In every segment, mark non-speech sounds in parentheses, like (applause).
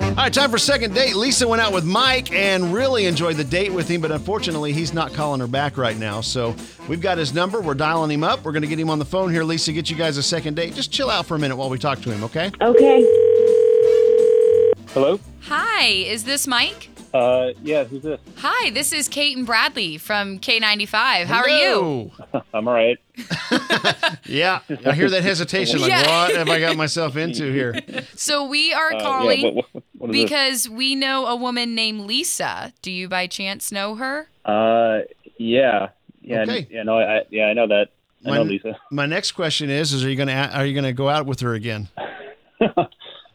All right, time for second date. Lisa went out with Mike and really enjoyed the date with him, but unfortunately, he's not calling her back right now. So we've got his number. We're dialing him up. We're going to get him on the phone here, Lisa, get you guys a second date. Just chill out for a minute while we talk to him, okay? Okay. Hello? Hi, is this Mike? Uh, yeah, who's this? Hi, this is Kate and Bradley from K95. How are you? I'm all right. Yeah, I hear that hesitation. Like, Yeah. what have (laughs) I got myself into here? So we are Uh, calling yeah, what, what, what is this? because we know a woman named Lisa. Do you by chance know her? Uh, yeah. Yeah, Okay. yeah, no, I, I- yeah, I know that. I know When- Lisa. My next question is: Is are you going to are you going to go out with her again?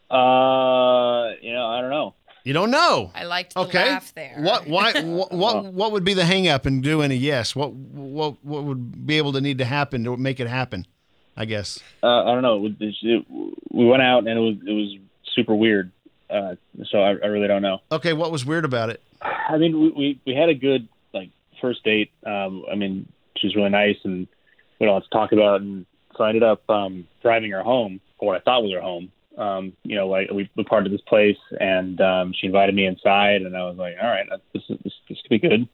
Uh, you know, I don't know. You don't know. I liked the Okay. laugh there. What? Why? What? What, what would be the hang up in doing a yes? What? What? What would be able to need to happen to make it happen? I guess. Uh, I don't know. It- it- We went out and it was it was super weird. Uh, so I, I really don't know. Okay. What was weird about it? I mean, we, we we had a good like first date. Um, I mean, she was really nice, and we had a lot to talk about. And so I ended up um, driving her home, or what I thought was her home. Um, you know, like we, we parted at this place, and um, she invited me inside, and I was like, all right, this is, this, this could be good.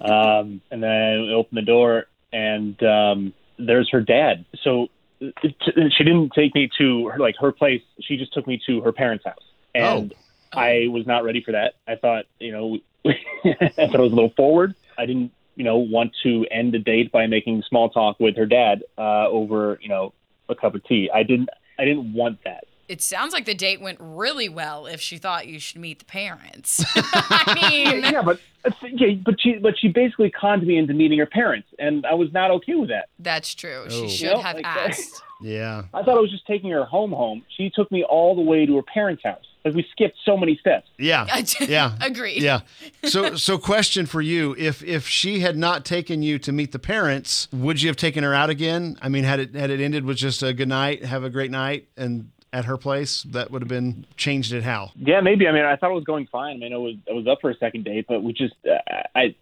um, and then I opened the door, and um, there's her dad. So it, it- she didn't take me to her, like her place. She just took me to her parents' house, and I was not ready for that. I thought, you know, (laughs) I thought it was a little forward. I didn't, you know, want to end the date by making small talk with her dad uh, over, you know, a cup of tea. I didn't, I didn't want that. It sounds like the date went really well if she thought you should meet the parents. (laughs) I (laughs) mean, (laughs) Yeah, but yeah, but she, but she basically conned me into meeting her parents, and I was not okay with that. that's true. Oh. She should Yep, have like that. asked. Yeah. I thought I was just taking her home home. She took me all the way to her parents' house. Like we skipped so many steps. Yeah. Yeah. Agreed. Yeah. So, so question for you: If if she had not taken you to meet the parents, would you have taken her out again? I mean, had it had it ended with just a good night, have a great night, and at her place, that would have been changed it how? Yeah, maybe. I mean, I thought it was going fine. I mean, I was I was up for a second date, but we just uh, I I,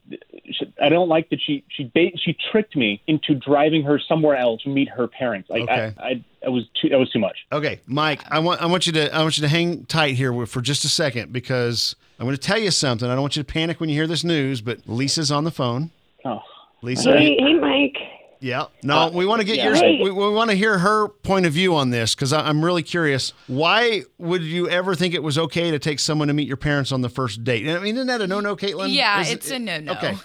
I don't like that she she ba- she tricked me into driving her somewhere else to meet her parents. Like Okay. I, I I was too that was too much. Okay, Mike, I want I want you to I want you to hang tight here with- for just a second because I'm going to tell you something. I don't want you to panic when you hear this news, but Lisa's on the phone. Oh. Lisa, Hey, hey, Mike. yeah. No, we want to get yeah. yours. Hey. We, we want to hear her point of view on this because I'm really curious. Why would you ever think it was okay to take someone to meet your parents on the first date? I mean, isn't that a no-no, Caitlin? Yeah, Is- it's a no-no. (laughs) Okay.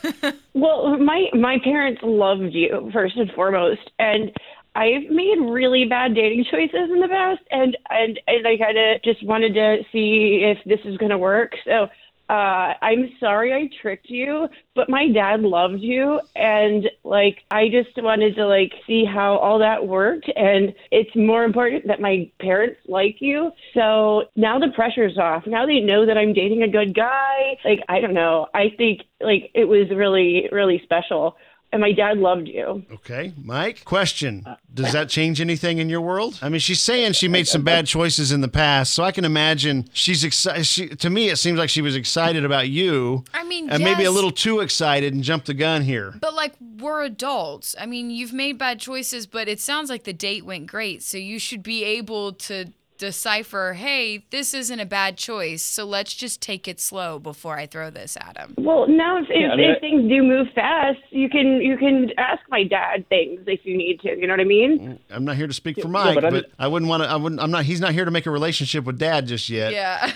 Well, my my parents loved you first and foremost, and I've made really bad dating choices in the past, and and, and I kind of just wanted to see if this is going to work. So uh, I'm sorry I tricked you, but my dad loved you, and like I just wanted to like see how all that worked, and it's more important that my parents like you. So now the pressure's off. Now they know that I'm dating a good guy. Like I don't know. I think like it was really really special, and my dad loved you. Okay, Mike. Question: Does that change anything in your world? I mean, she's saying she made some bad choices in the past, so I can imagine she's excited. She, to me, it seems like she was excited about you, I mean, and maybe a yes. little too excited and jumped the gun here. But like we're adults. I mean, you've made bad choices, but it sounds like the date went great, so you should be able to decipher, "Hey, this isn't a bad choice, so let's just take it slow before I throw this at him." Well, now if, if, I mean, if I- things do move fast, you can you can ask my dad things if you need to. You know what I Mm. mean? I'm not here to speak for yeah, Mike, but I but did- I wouldn't want to. I wouldn't. I'm not. He's not here to make a relationship with Dad just yet. Yeah.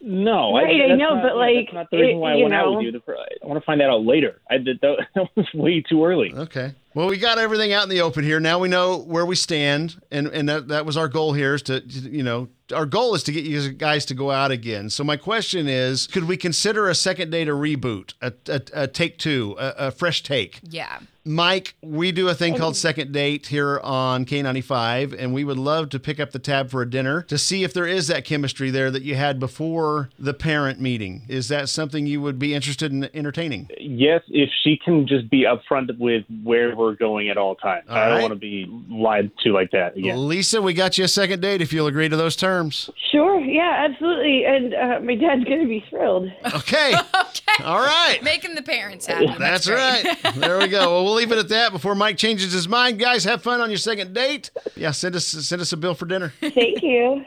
No, Right, I that's know, not- but, like, that's not the reason it- why I you went out know. with you. The fir- I want to find that out later. I did that, (laughs) that was way too early. Okay. Well, we got everything out in the open here. Now we know where we stand, and and that, that was our goal here is to you know our goal is to get you guys to go out again. So my question is, could we consider a second date a reboot, a, a, a take two, a, a fresh take? yeah. Mike, we do a thing called Second Date here on K95, and we would love to pick up the tab for a dinner to see if there is that chemistry there that you had before the parent meeting. Is that something you would be interested in entertaining? Yes, if she can just be upfront with where we're going at all times. All I don't right. want to be lied to like that again. Lisa, we got you a second date if you'll agree to those terms. Sure, yeah, absolutely. And uh, my dad's gonna be thrilled. Okay. (laughs) Okay. All right. Making the parents happy. That's great. right. There we go. Well, we'll leave it at that before Mike changes his mind. Guys, have fun on your second date. Yeah, send us send us a bill for dinner. Thank you.